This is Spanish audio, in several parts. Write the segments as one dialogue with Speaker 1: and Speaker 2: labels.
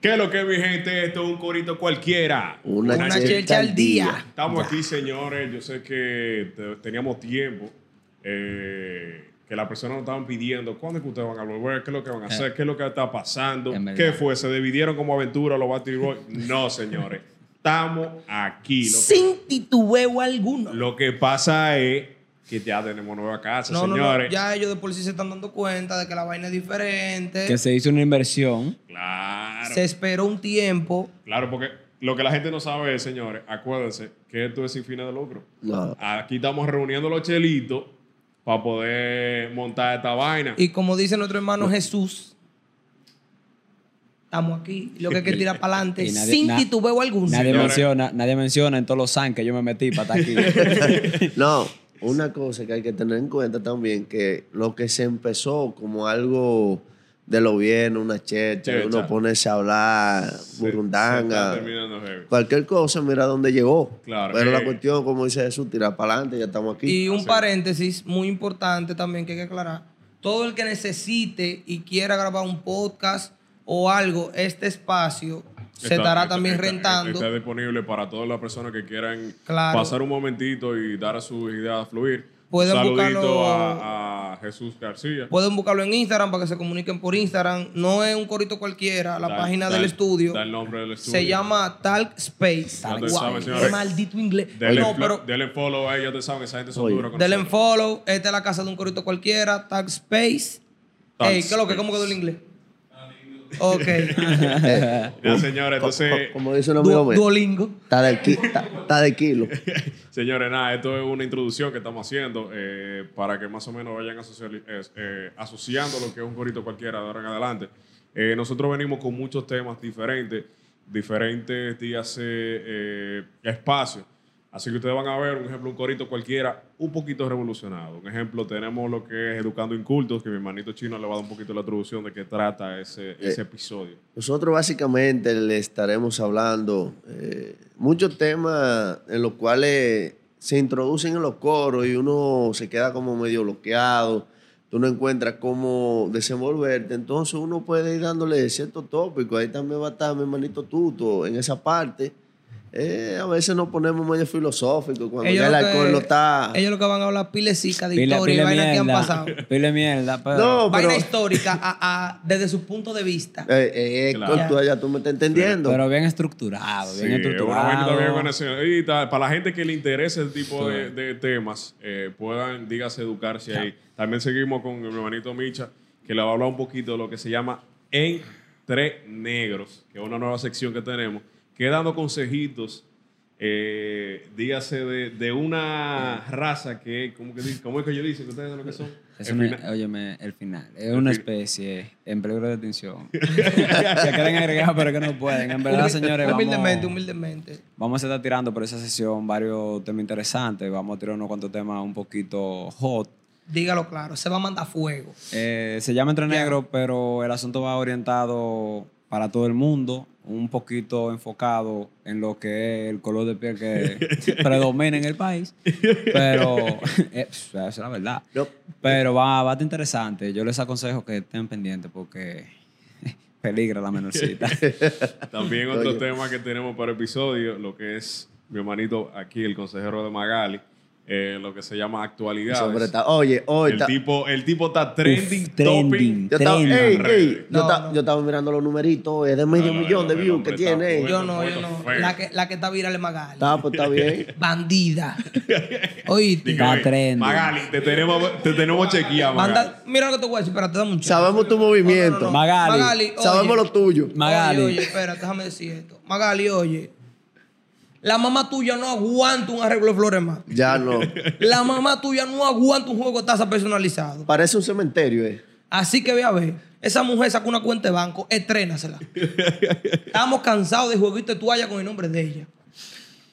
Speaker 1: ¿Qué es lo que es, mi gente? Esto es un corito cualquiera.
Speaker 2: Una, chelcha al día.
Speaker 1: Estamos aquí, señores. Yo sé que te- teníamos tiempo. eh, que las personas nos estaban pidiendo cuándo es que ustedes van a volver, qué es lo que van a
Speaker 2: Eh,
Speaker 1: hacer, qué es lo que está pasando,
Speaker 3: En verdad.
Speaker 1: qué fue, se dividieron como aventura los Battery Boys. No, señores, estamos aquí. Lo que,
Speaker 2: Sin titubeo alguno.
Speaker 1: lo que pasa es que ya tenemos nueva casa,
Speaker 2: No, no, no,
Speaker 1: señores.
Speaker 2: ya ellos de por sí se están dando cuenta de que la vaina es diferente.
Speaker 3: Que se hizo una inversión.
Speaker 1: Claro.
Speaker 2: Se esperó un tiempo.
Speaker 1: Claro, porque lo que la gente no sabe es, señores, acuérdense que esto es sin fines de lucro.
Speaker 2: No.
Speaker 1: Aquí estamos reuniendo los chelitos para poder montar esta vaina.
Speaker 2: Y como dice nuestro hermano Jesús, estamos aquí. Lo que hay que tirar para adelante
Speaker 3: Y nadie-
Speaker 2: sin
Speaker 3: na-
Speaker 2: titubeo alguno.
Speaker 3: Nadie
Speaker 1: Señores.
Speaker 3: menciona, nadie menciona en todos los san que yo me metí para estar aquí.
Speaker 4: No, una cosa que hay que tener en cuenta también que lo que se empezó como algo de lo bien, una checha,
Speaker 1: Checha.
Speaker 4: uno ponerse a hablar,
Speaker 1: Se-
Speaker 4: burundanga,
Speaker 1: se está terminando heavy.
Speaker 4: cualquier cosa, mira dónde llegó.
Speaker 1: Claro,
Speaker 4: Pero
Speaker 1: eh.
Speaker 4: la cuestión, como dice Jesús, tirar para adelante, ya estamos aquí.
Speaker 2: Y un paréntesis muy importante también que hay que aclarar. Todo el que necesite y quiera grabar un podcast o algo, este espacio se
Speaker 1: Está-
Speaker 2: estará
Speaker 1: está-
Speaker 2: también
Speaker 1: está-
Speaker 2: rentando.
Speaker 1: Está disponible para todas las personas que quieran
Speaker 2: Claro.
Speaker 1: pasar un momentito y dar a sus ideas a fluir.
Speaker 2: Pueden
Speaker 1: un saludito
Speaker 2: buscarlo-
Speaker 1: a, a Jesús García.
Speaker 2: Pueden buscarlo en Instagram para que se comuniquen por Instagram. No es un corito cualquiera, la
Speaker 1: Da-
Speaker 2: página
Speaker 1: da-
Speaker 2: del estudio.
Speaker 1: Da el nombre del estudio.
Speaker 2: se llama Talk Space.
Speaker 1: Ya ustedes
Speaker 2: Wow,
Speaker 1: saben,
Speaker 2: qué
Speaker 1: señores.
Speaker 2: maldito inglés.
Speaker 1: Denle,
Speaker 2: no,
Speaker 1: flo-
Speaker 2: pero
Speaker 1: denle follow ahí, ya te saben, esa gente son
Speaker 4: Oye.
Speaker 1: duros. con
Speaker 2: denle en
Speaker 1: nosotros.
Speaker 2: follow. Esta es la casa de un corito cualquiera. Talk Space.
Speaker 1: Talk
Speaker 2: Ey, ¿qué es lo que?
Speaker 1: Space.
Speaker 2: ¿Cómo quedó el inglés? Ok.
Speaker 1: Ya, señores,
Speaker 4: Co-
Speaker 1: entonces.
Speaker 4: co- como dice un amigo
Speaker 2: Du-
Speaker 4: mío,
Speaker 2: Duolingo.
Speaker 4: está de, qui- está- está de kilo.
Speaker 1: Señores, nada, esto es una introducción que estamos haciendo eh, para que más o menos vayan asociali- es- eh, asociando lo que es un corito cualquiera de ahora en adelante. Eh, nosotros venimos con muchos temas diferentes, diferentes días, eh, eh, espacios. Así que ustedes van a ver, un ejemplo, un corito cualquiera un poquito revolucionado. Un ejemplo, tenemos lo que es Educando Incultos, que mi hermanito chino le va a dar un poquito la traducción de qué trata ese, ese episodio.
Speaker 4: Nosotros básicamente le estaremos hablando eh, muchos temas en los cuales se introducen en los coros y uno se queda como medio bloqueado, tú no encuentras cómo desenvolverte, entonces uno puede ir dándole ciertos tópicos, ahí también va a estar mi hermanito Tuto en esa parte. Eh, a veces nos ponemos medio filosóficos cuando ya el
Speaker 2: lo que-
Speaker 4: alcohol no está...
Speaker 2: ellos lo que van a hablar pilecica de
Speaker 3: Pile,
Speaker 2: historia y
Speaker 3: pile
Speaker 2: vainas que han
Speaker 3: mierda.
Speaker 2: pasado.
Speaker 3: Pile mierda, pero.
Speaker 4: No,
Speaker 2: Vaina
Speaker 4: pero-
Speaker 2: histórica a- a- desde su punto de vista.
Speaker 4: Eh, eh, Héctor,
Speaker 1: Claro.
Speaker 4: tú, ya tú me estás entendiendo.
Speaker 3: Pero bien estructurado,
Speaker 1: Sí,
Speaker 3: bien
Speaker 1: una vaina
Speaker 3: estructurado.
Speaker 1: también conocida. Para la gente que le interese el tipo de, de temas, eh, puedan, dígase, educarse ahí. También seguimos con mi hermanito Micha, que le va a hablar un poquito de lo que se llama Entre Negros, que es una nueva sección que tenemos, que es dando consejitos, eh, dígase, de, de una raza que, ¿cómo, que, dice? ¿cómo es que ellos dicen? que ¿Ustedes saben lo que son?
Speaker 3: Es
Speaker 1: El
Speaker 3: una-
Speaker 1: fina-
Speaker 3: óyeme, el final. Es una especie en peligro de extinción. que quieren agregar, pero que no pueden. En verdad,
Speaker 2: Humil-
Speaker 3: señores,
Speaker 2: humildemente,
Speaker 3: vamos,
Speaker 2: humildemente.
Speaker 3: vamos a estar tirando por esa sesión varios temas interesantes. Vamos a tirar unos cuantos temas un poquito hot.
Speaker 2: Dígalo claro, se va a mandar fuego.
Speaker 3: Eh, se llama Entre Negros, pero el asunto va orientado para todo el mundo, un poquito enfocado en lo que es el color de piel que predomina en el país. Pero eh, pf, esa es la verdad.
Speaker 4: Yo-
Speaker 3: Pero va, va a estar interesante. Yo les aconsejo que estén pendientes porque peligra la menorcita.
Speaker 1: También otro tema que tenemos para episodio, lo que es mi hermanito aquí, el consejero de Magali, eh, lo que se llama actualidades.
Speaker 4: Sobre ta- Oye, hoy
Speaker 1: el,
Speaker 4: ta-
Speaker 1: tipo, el tipo está trending,
Speaker 3: Uf, trending.
Speaker 1: topping.
Speaker 4: Yo estaba,
Speaker 3: Trending.
Speaker 4: ey, ey,
Speaker 2: No,
Speaker 4: yo, ta-
Speaker 2: no.
Speaker 4: yo estaba mirando los numeritos, es de medio
Speaker 1: no,
Speaker 4: millón de
Speaker 1: el
Speaker 4: views
Speaker 1: hombre
Speaker 4: que
Speaker 1: está
Speaker 4: tiene.
Speaker 1: fuerte.
Speaker 4: Yo-
Speaker 2: Yo no, yo
Speaker 1: fuego,
Speaker 2: no.
Speaker 1: fuego.
Speaker 2: La que, la que está viral es Magali.
Speaker 4: Está, pues, está bien.
Speaker 2: Bandida.
Speaker 1: Digo,
Speaker 2: Oíste.
Speaker 3: Está
Speaker 1: "Ey,
Speaker 3: trending".
Speaker 1: Magali, te tenemos, te tenemos chequeada, Magali.
Speaker 2: Manda- mira lo que te voy a decir, espérate, dame un chance.
Speaker 4: Sabemos tu
Speaker 2: No, no, no.
Speaker 4: movimiento.
Speaker 3: Magali,
Speaker 2: oye.
Speaker 4: Sabemos lo tuyo.
Speaker 3: Magali.
Speaker 2: Oye, oye, espera, déjame decir esto. Magali, oye. La mamá tuya no aguanta un arreglo de flores más.
Speaker 4: Ya no.
Speaker 2: La mamá tuya no aguanta un juego de taza personalizado.
Speaker 4: Parece un cementerio, eh.
Speaker 2: Así que ve a ver. Esa mujer sacó una cuenta de banco, estrénasela. Estamos cansados de jueguito de toalla con el nombre de ella.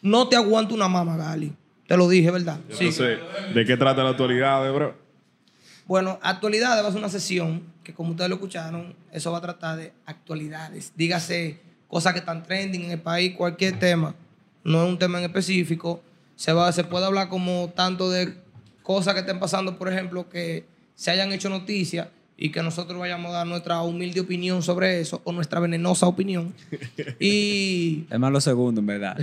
Speaker 2: No te aguanta una mamá, Gali. Te lo dije, ¿verdad? Sí.
Speaker 1: Entonces, ¿de qué trata la actualidad, bro?
Speaker 2: Bueno, actualidades va a ser una sesión que, como ustedes lo escucharon, eso va a tratar de actualidades. Dígase cosas que están trending en el país, cualquier tema. No es un tema en específico. Se, va, se puede hablar como tanto de cosas que estén pasando, por ejemplo, que se hayan hecho noticias, y que nosotros vayamos a dar nuestra humilde opinión sobre eso o nuestra venenosa opinión. Y
Speaker 3: Es más lo segundo, en verdad.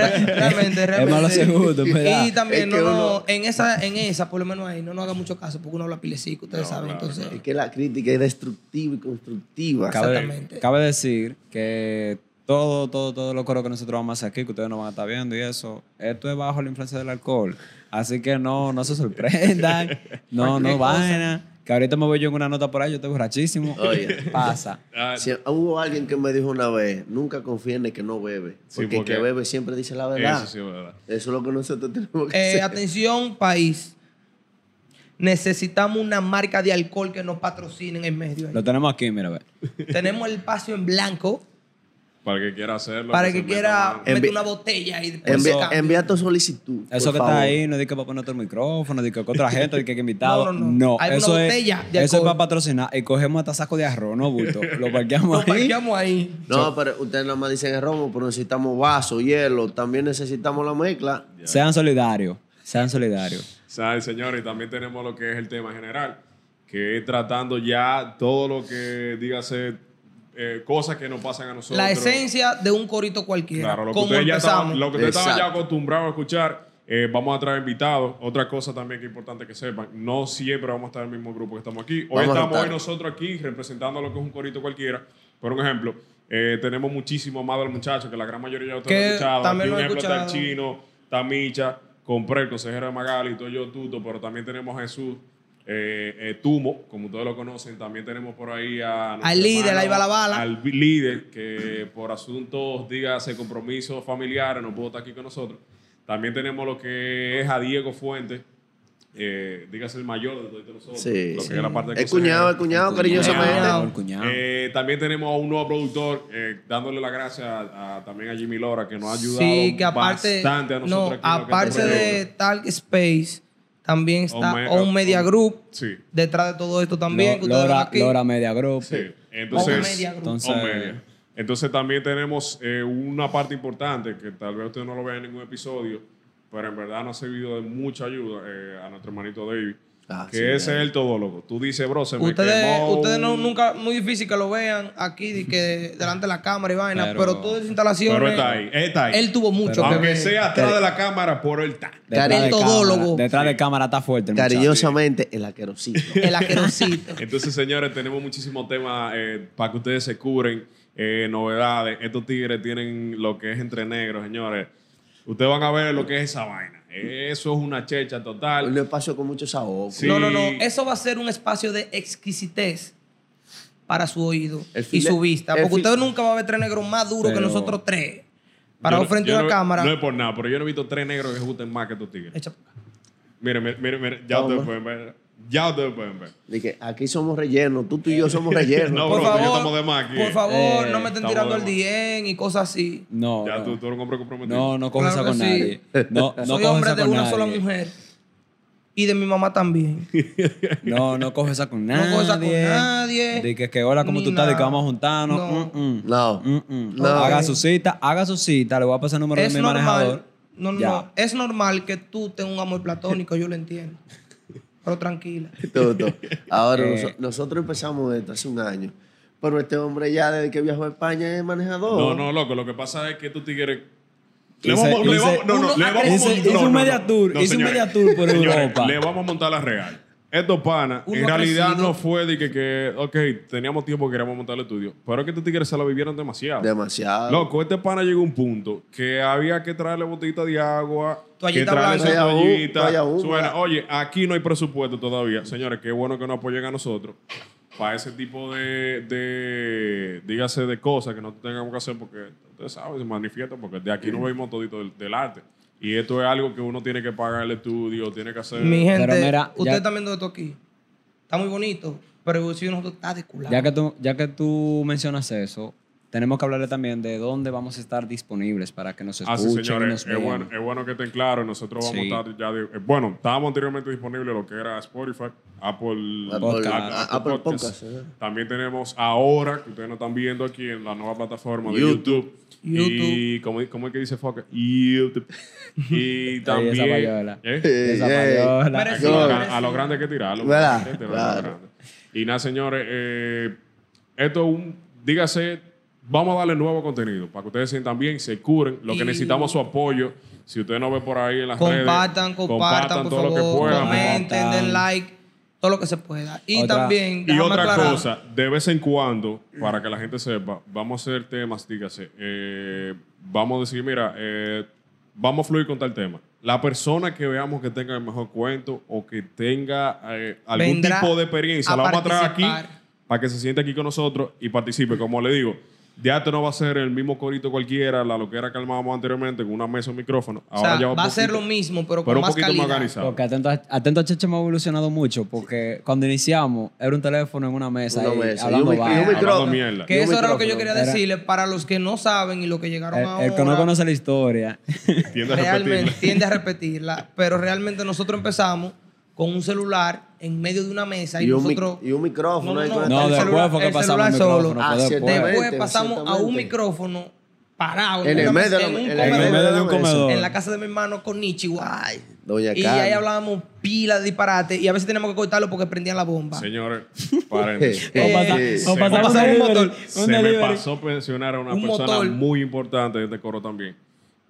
Speaker 2: realmente, realmente.
Speaker 3: Es más lo segundo, en verdad.
Speaker 2: Y también
Speaker 4: Es
Speaker 2: no,
Speaker 4: que
Speaker 2: no-
Speaker 4: uno-
Speaker 2: en esa, en esa, por lo menos ahí, no nos haga mucho caso, porque uno habla pilecico, ustedes
Speaker 1: No,
Speaker 2: saben.
Speaker 1: claro,
Speaker 2: entonces,
Speaker 4: Es que la crítica es destructiva y constructiva.
Speaker 2: Exactamente.
Speaker 3: Cabe, cabe decir que todo, todo, todo lo coro que nosotros vamos a hacer aquí, que ustedes nos van a estar viendo y eso, esto es bajo la influencia del alcohol. Así que no, no se sorprendan, no,
Speaker 2: Cualquier
Speaker 3: no
Speaker 2: cosa. Oh,
Speaker 3: vaina. Que ahorita me voy yo en una nota por ahí, yo estoy borrachísimo.
Speaker 4: Oye.
Speaker 3: Pasa.
Speaker 1: Ah,
Speaker 4: Si hubo alguien que me dijo una vez, nunca confíen en el que no bebe.
Speaker 1: Sí,
Speaker 4: Porque el
Speaker 1: porque-
Speaker 4: que bebe siempre dice la verdad.
Speaker 1: Ah, eso
Speaker 4: Eso,
Speaker 1: sí es verdad.
Speaker 4: es lo que nosotros tenemos que
Speaker 2: eh,
Speaker 4: hacer.
Speaker 2: atención, país. Necesitamos una marca de alcohol que nos patrocine en el medio. ahí.
Speaker 3: Lo tenemos aquí, mira, ve.
Speaker 2: Tenemos el paso en blanco
Speaker 1: Para el que quiera hacerlo.
Speaker 2: para
Speaker 1: se
Speaker 2: que
Speaker 1: meta
Speaker 2: quiera
Speaker 1: mano.
Speaker 4: Eh,
Speaker 2: meter
Speaker 4: Envi-
Speaker 2: una botella y después
Speaker 4: Envía,
Speaker 2: se cambia.
Speaker 4: envía tu solicitud.
Speaker 3: Eso
Speaker 4: por
Speaker 3: que
Speaker 4: favor.
Speaker 3: está ahí, no di que para poner otro micrófono, di que con otra gente, di que invitado.
Speaker 2: No,
Speaker 3: No,
Speaker 2: no, no. Hay una
Speaker 3: eso, es,
Speaker 2: botella de
Speaker 3: eso es
Speaker 2: alcohol.
Speaker 3: para patrocinar. Y cogemos hasta saco de arroz, no bulto. Lo parqueamos
Speaker 2: Nos
Speaker 3: ahí.
Speaker 2: parqueamos ahí.
Speaker 4: No, pero ustedes nada más dicen el romo, pero necesitamos vaso, hielo, también necesitamos la mezcla.
Speaker 3: Sean solidarios. Sean solidarios.
Speaker 1: ¿Saben, señores? Y también tenemos lo que es el tema general, que es tratando ya todo lo que, dígase, eh, cosas que nos pasan a nosotros.
Speaker 2: La esencia de un corito cualquiera.
Speaker 1: Claro, lo que
Speaker 2: ¿Cómo
Speaker 1: ustedes ya
Speaker 2: empezamos?
Speaker 1: estaban, lo que ustedes estaban ya
Speaker 4: Exacto.
Speaker 1: acostumbrados a escuchar, eh, vamos a traer invitados. Otra cosa también que es importante que sepan, no siempre vamos a estar en el mismo grupo que estamos aquí. Hoy
Speaker 4: Vamos a
Speaker 1: estamos
Speaker 4: rotar.
Speaker 1: hoy nosotros aquí representando lo que es un corito cualquiera. Por un ejemplo, eh, tenemos muchísimo más del muchacho que la gran mayoría de ustedes
Speaker 2: Que
Speaker 1: han escuchado.
Speaker 2: también
Speaker 1: Aquí
Speaker 2: lo
Speaker 1: un
Speaker 2: he
Speaker 1: ejemplo está el
Speaker 2: escuchado.
Speaker 1: chino, está Micha, compré el consejero de Magali, estoy yo tuto, pero también tenemos a Jesús. eh, eh, Tumo, como ustedes lo conocen, también tenemos por ahí a nuestro
Speaker 2: Al líder,
Speaker 1: hermano,
Speaker 2: ahí va la bala.
Speaker 1: Al líder que por asuntos, dígase, compromisos familiares, no pudo estar aquí con nosotros. También tenemos lo que es a Diego Fuentes, eh, dígase el mayor de todos nosotros.
Speaker 4: Sí,
Speaker 1: lo que
Speaker 4: sí.
Speaker 1: es la parte de
Speaker 4: El cuñado, el
Speaker 1: consejero.
Speaker 4: cuñado, cariñosamente.
Speaker 2: Cuñado.
Speaker 3: El cuñado.
Speaker 1: Eh, también tenemos a un nuevo productor, eh, dándole las gracias a- a- también a Jimmy Lora, que nos ha ayudado
Speaker 2: Sí, que aparte,
Speaker 1: bastante a
Speaker 2: no,
Speaker 1: nosotros. aquí en lo que es
Speaker 2: aparte
Speaker 1: este
Speaker 2: de
Speaker 1: proyecto.
Speaker 2: Talk Space, también está
Speaker 1: Ome-
Speaker 2: On Media
Speaker 1: Ome-
Speaker 2: Group,
Speaker 1: Sí,
Speaker 2: detrás de todo esto también, que
Speaker 3: Lo-
Speaker 2: ustedes ven
Speaker 3: Lora,
Speaker 2: aquí.
Speaker 3: Lora Media Group.
Speaker 1: sí.
Speaker 2: On
Speaker 1: Entonces,
Speaker 2: Media Group.
Speaker 3: Entonces,
Speaker 1: O media. Entonces también tenemos eh, una parte importante que tal vez ustedes no lo vean en ningún episodio, pero en verdad nos ha servido de mucha ayuda eh, a nuestro hermanito David,
Speaker 4: Ah,
Speaker 1: que
Speaker 4: sí,
Speaker 1: ese
Speaker 4: David.
Speaker 1: es el todólogo. Tú dices, bro, se me
Speaker 2: ustedes
Speaker 1: quemó
Speaker 2: ustedes no,
Speaker 1: un-
Speaker 2: nunca, muy difícil que lo vean aquí, de que delante de la cámara y vaina, pero,
Speaker 3: Pero-
Speaker 2: todas las instalaciones,
Speaker 1: Pero está ahí, está ahí.
Speaker 2: él tuvo mucho
Speaker 3: Pero-
Speaker 2: que
Speaker 1: Aunque
Speaker 2: ver.
Speaker 1: sea atrás de la cámara, por él está.
Speaker 3: Detrás
Speaker 4: Cari-
Speaker 3: de
Speaker 2: El todólogo.
Speaker 3: cámara- Detrás de cámara está fuerte. el muchacho.
Speaker 4: Cariñosamente, el aquerosito.
Speaker 2: El asquerosito.
Speaker 1: Entonces, señores, tenemos muchísimos temas eh, para que ustedes se cubren, eh, novedades. Estos tigres tienen lo que es entre negros, señores. Ustedes van a ver lo que es esa vaina. Eso es una checha total.
Speaker 4: Un espacio con mucho sabor.
Speaker 1: Sí.
Speaker 2: No, no, no. Eso va a ser un espacio de exquisitez para su oído
Speaker 4: El
Speaker 2: y
Speaker 4: file-
Speaker 2: su vista.
Speaker 4: el
Speaker 2: Porque
Speaker 4: fil-
Speaker 2: usted nunca va a ver tres negros más duros que
Speaker 3: Pero-
Speaker 2: nosotros tres. Para
Speaker 1: Yo
Speaker 2: un
Speaker 1: no-
Speaker 2: frente
Speaker 1: yo
Speaker 2: a una
Speaker 1: no-
Speaker 2: cámara.
Speaker 1: No es por nada, pero yo no he visto tres negros que gusten más que estos tigres.
Speaker 2: Echa pa' acá.
Speaker 1: Miren, miren, miren, miren, ya ustedes
Speaker 4: Toma.
Speaker 1: pueden ver. Ya ustedes pueden ver.
Speaker 4: De que aquí somos rellenos, tú, tú y yo somos rellenos.
Speaker 1: No,
Speaker 2: por
Speaker 1: bro, tú y yo
Speaker 2: favor,
Speaker 1: estamos de más aquí.
Speaker 2: por favor,
Speaker 3: Eh,
Speaker 2: no me estén
Speaker 1: estamos
Speaker 2: tirando
Speaker 1: de
Speaker 2: al
Speaker 1: más.
Speaker 2: DM y cosas así.
Speaker 3: No,
Speaker 1: ya
Speaker 3: no.
Speaker 1: tú, tú eres un hombre comprometido.
Speaker 3: no, no coges
Speaker 2: Claro
Speaker 3: esa con
Speaker 2: que
Speaker 3: nadie. No, no
Speaker 2: Soy
Speaker 3: coges
Speaker 2: hombre
Speaker 3: esa
Speaker 2: de
Speaker 3: con
Speaker 2: una
Speaker 3: nadie.
Speaker 2: sola mujer. Y de mi mamá también.
Speaker 3: No, no coges esa con nadie.
Speaker 2: No coges esa con nadie,
Speaker 3: De que, que hola, ¿cómo
Speaker 2: ni
Speaker 3: tú estás? De que
Speaker 2: nada.
Speaker 3: vamos a juntarnos.
Speaker 2: No. eh.
Speaker 3: Mm, mm.
Speaker 4: No.
Speaker 3: Mm, mm.
Speaker 4: No.
Speaker 3: Haga su cita, haga su cita. Le voy a pasar el número
Speaker 2: Es
Speaker 3: de mi
Speaker 2: normal.
Speaker 3: manejador.
Speaker 2: No, no,
Speaker 3: Ya.
Speaker 2: no. Es normal que tú tengas un amor platónico, yo lo entiendo. Pero tranquila.
Speaker 4: Todo, todo. Ahora,
Speaker 3: Eh.
Speaker 4: noso- nosotros empezamos esto hace un año. Pero este hombre ya desde que viajó a España es
Speaker 1: No,
Speaker 4: manejador.
Speaker 1: no, loco, lo que pasa es que estos tigres.
Speaker 3: Ese- ese-
Speaker 1: no, no,
Speaker 2: uno
Speaker 1: le
Speaker 2: ha
Speaker 1: vamos a
Speaker 2: crecido-
Speaker 1: montar-
Speaker 2: hizo
Speaker 1: no,
Speaker 2: un
Speaker 1: no,
Speaker 3: media
Speaker 1: no.
Speaker 3: tour,
Speaker 1: No,
Speaker 3: hizo un
Speaker 1: señores.
Speaker 3: media tour por
Speaker 1: Señores,
Speaker 3: Europa.
Speaker 1: Le vamos a montar la real. Estos panas,
Speaker 2: Uno
Speaker 1: en
Speaker 2: ha
Speaker 1: realidad
Speaker 2: crecido.
Speaker 1: no fue de que, que, ok, teníamos tiempo que queríamos montar el estudio, pero es que estos tigres se lo vivieron demasiado.
Speaker 4: Demasiado.
Speaker 1: Loco, este pana llegó a un punto que había que traerle botita de agua,
Speaker 2: Toallita
Speaker 1: que traerle
Speaker 2: blanca.
Speaker 1: esa
Speaker 4: Toalla hú-
Speaker 1: toallita.
Speaker 4: toalla húmeda.
Speaker 1: Suena, oye, aquí no hay presupuesto todavía. Señores, qué bueno que nos apoyen a nosotros para ese tipo de, de, dígase, de cosas que no tengamos que hacer porque ustedes saben, se manifiestan, porque de aquí no vemos todito del, del arte. Y esto es algo que uno tiene que pagar el estudio, tiene que hacer...
Speaker 2: Mi gente,
Speaker 3: Pero mira,
Speaker 2: usted
Speaker 3: ya-
Speaker 2: está viendo esto aquí. Está muy bonito, pero si nosotros está de culado.
Speaker 3: Ya que, tú, ya que tú mencionas eso, tenemos que hablarle también de dónde vamos a estar disponibles para que nos
Speaker 1: Así,
Speaker 3: escuchen y
Speaker 1: Ah,
Speaker 3: nos
Speaker 1: señores, es
Speaker 3: vean.
Speaker 1: bueno, es bueno que estén claros. Nosotros vamos
Speaker 3: Sí.
Speaker 1: a estar ya. de- eh, bueno, estábamos anteriormente disponibles lo que era Spotify, Apple,
Speaker 4: Apple-
Speaker 1: a-
Speaker 4: Apple Podcast, ¿eh?
Speaker 1: También tenemos ahora, que ustedes nos están viendo aquí en la nueva plataforma de YouTube.
Speaker 4: YouTube.
Speaker 1: Y, ¿cómo, cómo es que dice Foca? YouTube. y también.
Speaker 3: esa payola.
Speaker 1: ¿eh?
Speaker 4: Eh,
Speaker 3: Esa
Speaker 4: eh.
Speaker 3: payola.
Speaker 1: Hay que a
Speaker 2: Merecido,
Speaker 1: lo
Speaker 2: merecido.
Speaker 1: gran- a lo grande hay que tirarlo.
Speaker 4: ¿Verdad?
Speaker 1: hay que tirarlo a lo
Speaker 4: Claro.
Speaker 1: grande. Y nada, señores, eh, esto es un, dígase, vamos a darle nuevo contenido para que ustedes se sientan bien, se curen, lo que
Speaker 2: Y-
Speaker 1: necesitamos es su apoyo. Si usted no ve por ahí en las
Speaker 2: Compartan, compartan,
Speaker 1: redes,
Speaker 2: por
Speaker 1: todo
Speaker 2: favor,
Speaker 1: lo que puedan.
Speaker 2: comenten,
Speaker 3: compartan.
Speaker 2: den like, todo lo que se pueda. Y
Speaker 3: Otra-
Speaker 2: también,
Speaker 1: Y
Speaker 2: déjame
Speaker 1: otra
Speaker 2: aclarar,
Speaker 1: cosa, de vez en cuando, para que la gente sepa, vamos a hacer temas, dígase, eh, vamos a decir, mira, eh, vamos a fluir con tal tema. La persona que veamos que tenga el mejor cuento o que tenga eh, algún
Speaker 2: Vendrá
Speaker 1: tipo de experiencia,
Speaker 2: a
Speaker 1: la vamos a traer aquí
Speaker 2: participar.
Speaker 1: para que se siente aquí con nosotros y participe. Como le digo, ya esto no va a ser el mismo corito cualquiera, la loquera que armábamos anteriormente con una mesa o micrófono.
Speaker 2: o sea,
Speaker 1: Ahora ya
Speaker 2: va,
Speaker 1: un
Speaker 2: a ser lo
Speaker 1: poquito-
Speaker 2: mismo, pero con
Speaker 1: pero un
Speaker 2: más
Speaker 1: poquito
Speaker 2: calidad.
Speaker 1: más organizado.
Speaker 3: Porque atento, a- atento a Cheche hemos evolucionado mucho, porque cuando iniciamos era un teléfono en una mesa,
Speaker 4: Una
Speaker 3: ahí,
Speaker 4: mesa, y
Speaker 3: hablando
Speaker 4: un mic- y un
Speaker 3: vaina.
Speaker 4: micrófono.
Speaker 1: Hablando mierda.
Speaker 2: Que
Speaker 4: Yo
Speaker 2: eso era lo que yo
Speaker 4: micrófono,
Speaker 2: quería
Speaker 3: era-
Speaker 2: decirles para los que no saben y los que llegaron
Speaker 3: El,
Speaker 2: ahora.
Speaker 3: el que no conoce la historia.
Speaker 1: Tiende a
Speaker 2: realmente
Speaker 1: repetirlo.
Speaker 2: tiende a repetirla, pero realmente nosotros empezamos con un celular en medio de una mesa y,
Speaker 4: Y un, mic-
Speaker 2: nosotros
Speaker 4: y un micrófono.
Speaker 2: No,
Speaker 4: ahí
Speaker 2: no,
Speaker 4: con-
Speaker 2: el
Speaker 3: no, después
Speaker 2: celular-
Speaker 3: fue que
Speaker 2: el
Speaker 3: pasamos el
Speaker 2: celular solo.
Speaker 3: micrófono.
Speaker 4: Ah,
Speaker 3: fue después.
Speaker 4: ciertamente,
Speaker 2: después pasamos a un
Speaker 4: exactamente.
Speaker 2: micrófono parado
Speaker 4: En el
Speaker 2: una
Speaker 4: medio de
Speaker 2: mesa-
Speaker 4: la-
Speaker 2: en un
Speaker 4: en
Speaker 3: En
Speaker 2: comedor.
Speaker 3: el medio de un comedor.
Speaker 2: en la casa de mi hermano con Nichiwa.
Speaker 4: Doña
Speaker 2: y
Speaker 4: Carmen.
Speaker 2: ahí hablábamos pila de disparate y a veces teníamos que cortarlo porque prendían la bomba.
Speaker 1: Señores, paren.
Speaker 3: O pasa-
Speaker 4: Eh,
Speaker 3: o
Speaker 1: se
Speaker 3: pasamos
Speaker 2: me pasó
Speaker 3: un
Speaker 2: un
Speaker 3: motor.
Speaker 2: motor.
Speaker 1: Se me pasó mencionar a una
Speaker 2: Un
Speaker 1: persona
Speaker 2: motor.
Speaker 1: muy importante de este coro también,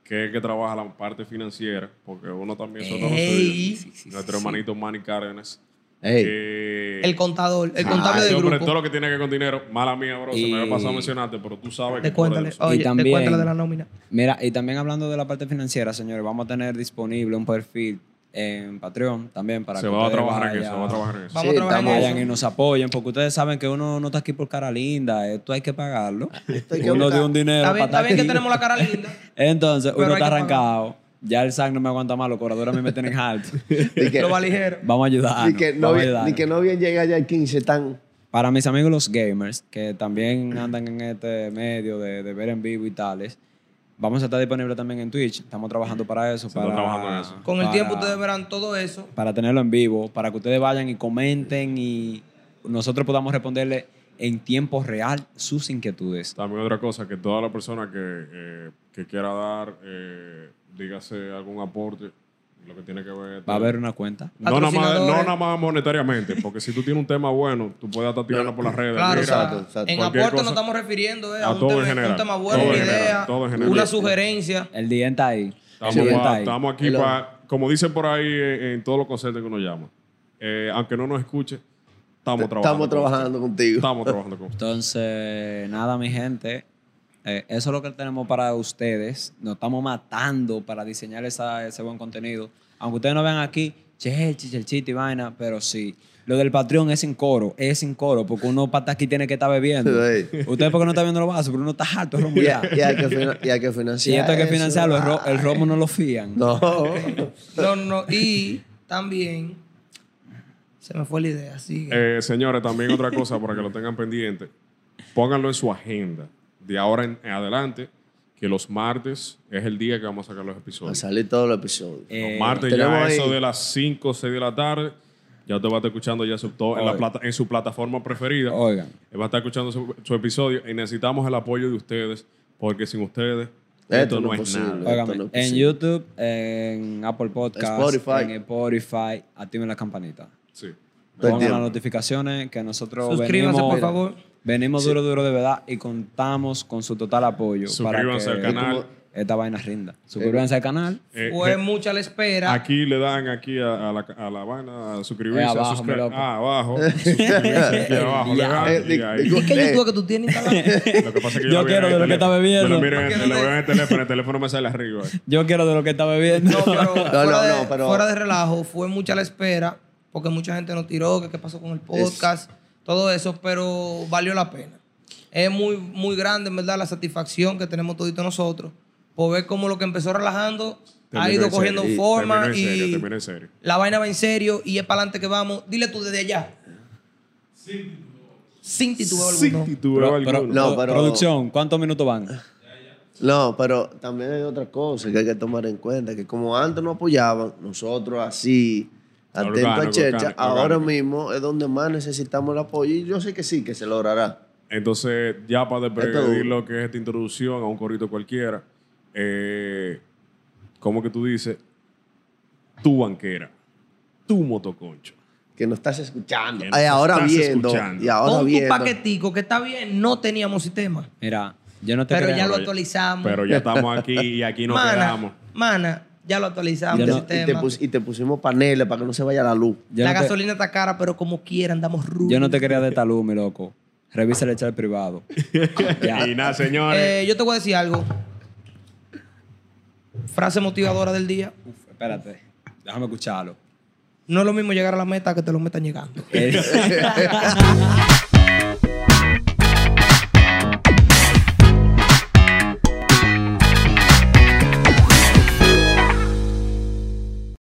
Speaker 1: que es el que trabaja la parte financiera, porque uno también es otro
Speaker 2: Ey.
Speaker 1: suyo. Nuestro hermanito Manny Cárdenas.
Speaker 4: Ey.
Speaker 1: que-
Speaker 2: El contador, el
Speaker 1: Ah,
Speaker 2: contable
Speaker 1: ese
Speaker 2: del
Speaker 1: hombre,
Speaker 2: grupo.
Speaker 1: todo lo que tiene que ver con dinero, mala mía, bro, se me había pasado
Speaker 3: Y-
Speaker 1: mencionarte, pero tú sabes que...
Speaker 2: Te cuéntale,
Speaker 1: tú eres-
Speaker 2: oye,
Speaker 3: Y también-
Speaker 2: te cuéntale de la nómina.
Speaker 3: Mira, y también hablando de la parte financiera, señores, vamos a tener disponible un perfil en Patreon también para
Speaker 1: Se
Speaker 3: que
Speaker 1: va a
Speaker 3: ustedes
Speaker 1: trabajar en eso, se
Speaker 3: vayan-
Speaker 1: va a trabajar en eso.
Speaker 2: Vamos a trabajar en
Speaker 4: estamos-
Speaker 2: eso.
Speaker 3: Vayan y nos apoyen, porque ustedes saben que uno no está aquí por cara linda, esto hay que pagarlo.
Speaker 4: Esto hay que
Speaker 3: uno
Speaker 4: pagar.
Speaker 3: dio un dinero
Speaker 2: Está
Speaker 3: para
Speaker 2: bien, está
Speaker 3: estar
Speaker 2: bien que
Speaker 3: aquí.
Speaker 2: tenemos la cara linda.
Speaker 3: Entonces,
Speaker 2: Pero
Speaker 3: uno
Speaker 2: hay
Speaker 3: está
Speaker 2: que pagar.
Speaker 3: arrancado, ya el SAC no me aguanta más, los corredores a mí me tienen alto.
Speaker 4: Ni que,
Speaker 2: Lo va ligero.
Speaker 3: Vamos a ayudar.
Speaker 4: ni que no
Speaker 3: vamos a
Speaker 4: bien-
Speaker 3: ayudarnos.
Speaker 4: ni que no bien llega ya el 15 tan.
Speaker 3: Para mis amigos los gamers, que también andan en este medio de, de ver en vivo y tales, vamos a estar disponibles también en Twitch. Estamos trabajando para eso.
Speaker 1: está
Speaker 3: para,
Speaker 1: trabajando en eso.
Speaker 2: Con el
Speaker 3: para-
Speaker 2: tiempo ustedes verán todo eso.
Speaker 3: Para tenerlo en vivo, para que ustedes vayan y comenten y nosotros podamos responderle en tiempo real sus inquietudes.
Speaker 1: También otra cosa, que toda la persona que, eh, que quiera dar, eh, dígase algún aporte, lo que tiene que ver...
Speaker 3: Va a haber una cuenta.
Speaker 1: No nada, más, no
Speaker 2: Patrocinadores.
Speaker 1: nada más monetariamente, porque si tú tienes un tema bueno, tú puedes estar tirando por las redes.
Speaker 2: Claro,
Speaker 1: mira,
Speaker 2: o sea,
Speaker 4: Exacto, exacto.
Speaker 2: en
Speaker 1: Cualquier
Speaker 2: aporte
Speaker 1: cosa-
Speaker 2: nos estamos refiriendo eh,
Speaker 1: A
Speaker 2: a, un,
Speaker 1: todo en
Speaker 2: tema,
Speaker 1: general,
Speaker 2: un tema
Speaker 1: todo
Speaker 2: bueno,
Speaker 1: en
Speaker 2: una
Speaker 1: general,
Speaker 2: idea,
Speaker 1: todo en general.
Speaker 2: una sugerencia.
Speaker 3: El día está ahí.
Speaker 1: estamos,
Speaker 3: El día
Speaker 1: pa-
Speaker 3: está ahí.
Speaker 1: estamos aquí
Speaker 4: Hello.
Speaker 1: para, como dicen por ahí en, en todos los conceptos que uno llama, eh, aunque no nos escuche, estamos trabajando.
Speaker 4: Estamos
Speaker 1: con
Speaker 4: trabajando
Speaker 1: usted.
Speaker 4: contigo.
Speaker 1: Estamos trabajando con usted.
Speaker 3: Entonces, nada, mi gente. eh, eso es lo que tenemos para ustedes. Nos estamos matando para diseñar esa- ese buen contenido. Aunque ustedes no vean aquí, che, chichelchito y vaina, pero sí. Lo del Patreon es sin coro, es sin coro, porque uno para estar aquí tiene que estar bebiendo.
Speaker 4: Sí.
Speaker 3: Ustedes porque no están viendo los vasos, pero uno está harto, es
Speaker 4: Y,
Speaker 3: rumbear.
Speaker 4: y hay que fina- y hay que
Speaker 3: Si
Speaker 4: financiar.
Speaker 3: esto hay que
Speaker 4: eso. eh. Ah,
Speaker 3: financiarlo, el, ro- el romo no lo fían.
Speaker 4: No.
Speaker 2: No, no, y también se me fue la idea, sigue.
Speaker 1: Eh, señores, también otra cosa para que lo tengan pendiente, pónganlo en su agenda de ahora en, en adelante, que los martes es el día que vamos a sacar los
Speaker 4: Va a
Speaker 1: episodios.
Speaker 4: salir todo el episodio.
Speaker 1: Los
Speaker 3: Eh,
Speaker 1: martes
Speaker 4: tenemos
Speaker 1: ya
Speaker 4: ahí-
Speaker 1: eso de las 5 o 6 de la tarde, ya te vas a estar escuchando ya su- todo en, la
Speaker 3: Oye.
Speaker 1: plata, en su plataforma preferida.
Speaker 3: Oigan,
Speaker 1: Él va a estar escuchando su, su episodio y necesitamos el apoyo de ustedes porque sin ustedes esto,
Speaker 4: Esto
Speaker 1: no
Speaker 4: no
Speaker 1: es
Speaker 4: posible.
Speaker 1: nada.
Speaker 3: óigame,
Speaker 4: no es
Speaker 3: en
Speaker 4: posible.
Speaker 3: YouTube, en Apple Podcast,
Speaker 4: Spotify.
Speaker 3: en Spotify, activen la campanita.
Speaker 1: Sí.
Speaker 4: Todo el
Speaker 3: Pongan las
Speaker 4: tiempo.
Speaker 3: notificaciones que nosotros
Speaker 2: Suscríbanse,
Speaker 3: venimos,
Speaker 2: por favor.
Speaker 3: venimos duro, duro de verdad y contamos con su total apoyo
Speaker 1: Suscríbanse
Speaker 3: para
Speaker 1: al
Speaker 3: que
Speaker 1: canal.
Speaker 3: esta vaina rinda. Suscríbanse al canal.
Speaker 1: Eh,
Speaker 2: Fue
Speaker 1: eh,
Speaker 2: mucha la espera.
Speaker 1: aquí le dan aquí a, a la, a la vaina a suscribirse,
Speaker 3: Eh, abajo,
Speaker 1: a
Speaker 3: mi loco.
Speaker 1: Ah, abajo. Suscribirse aquí abajo. le dan
Speaker 4: Eh,
Speaker 1: y ahí.
Speaker 4: digo-
Speaker 2: ¿Y qué
Speaker 4: eh,
Speaker 2: YouTube que tú tienes instalado?
Speaker 1: Lo que pasa es que
Speaker 3: Yo
Speaker 1: lo vi en
Speaker 3: quiero
Speaker 1: el
Speaker 3: de lo que
Speaker 1: teléfono.
Speaker 3: está bebiendo.
Speaker 1: Me lo miro en-
Speaker 2: Porque
Speaker 1: me lo
Speaker 2: no
Speaker 1: veo en
Speaker 2: te-
Speaker 1: el teléfono, el teléfono me sale arriba. eh.
Speaker 3: Yo quiero de lo que está bebiendo.
Speaker 2: No, pero, fuera,
Speaker 4: no,
Speaker 2: de,
Speaker 4: no, pero-
Speaker 2: fuera de relajo, fue mucha la espera, porque mucha gente nos tiró, que qué pasó con el podcast, todo eso, pero valió la pena. Es muy, muy grande, en verdad, la satisfacción que tenemos toditos nosotros por ver cómo lo que empezó relajando ha
Speaker 1: Terminó
Speaker 2: ido
Speaker 1: en
Speaker 2: cogiendo
Speaker 1: serio.
Speaker 2: forma
Speaker 1: Terminó en serio,
Speaker 2: y
Speaker 1: terminó en serio.
Speaker 2: la vaina va en serio y es para adelante que vamos. Dile tú desde allá. Sin titubeo. Sin titubeo
Speaker 1: Sin
Speaker 2: alguno.
Speaker 1: titubeo
Speaker 3: Pro- pro-
Speaker 1: alguno.
Speaker 4: No, pero-
Speaker 3: Producción, ¿cuántos minutos van?
Speaker 4: No, pero también hay otra cosa que hay que tomar en cuenta, que como antes nos apoyaban, nosotros así, atento
Speaker 1: Orgánico,
Speaker 4: a Checha,
Speaker 1: orgánico,
Speaker 4: ahora
Speaker 1: orgánico.
Speaker 4: mismo es donde más necesitamos el apoyo y yo sé que sí, que se logrará.
Speaker 1: Entonces, ya para
Speaker 4: Esto
Speaker 1: despedir
Speaker 4: duro.
Speaker 1: lo que es esta introducción a un corito cualquiera, eh, ¿cómo que tú dices? Tu banquera, tu motoconcho,
Speaker 4: que nos estás escuchando.
Speaker 1: Que
Speaker 4: Y
Speaker 1: nos
Speaker 4: ahora
Speaker 1: estás
Speaker 4: viendo.
Speaker 1: escuchando.
Speaker 4: Y ahora
Speaker 2: Con tu
Speaker 4: viendo.
Speaker 2: paquetico, que está bien, no teníamos sistema.
Speaker 3: Mira, yo no te
Speaker 2: Pero
Speaker 3: creo.
Speaker 2: ya lo
Speaker 1: pero ya-
Speaker 2: actualizamos.
Speaker 1: Pero ya estamos aquí y aquí nos
Speaker 2: mana,
Speaker 1: quedamos.
Speaker 2: mana, ya lo actualizamos.
Speaker 3: Ya
Speaker 4: Y te-
Speaker 2: el
Speaker 3: no-
Speaker 4: y, te
Speaker 2: sistema.
Speaker 4: pus- y te pusimos paneles para que no se vaya la luz.
Speaker 3: Yo
Speaker 2: la
Speaker 3: no te-
Speaker 2: gasolina está cara, pero como quiera, andamos rudos.
Speaker 3: Yo no te quería de talú, mi loco. Revisa el chat privado. Ya.
Speaker 1: Y nada, señores.
Speaker 2: Eh, yo te voy a decir algo. Frase motivadora del día.
Speaker 3: Uf, espérate. Déjame escucharlo.
Speaker 2: No es lo mismo llegar a la meta que te lo metan llegando.
Speaker 3: Eh,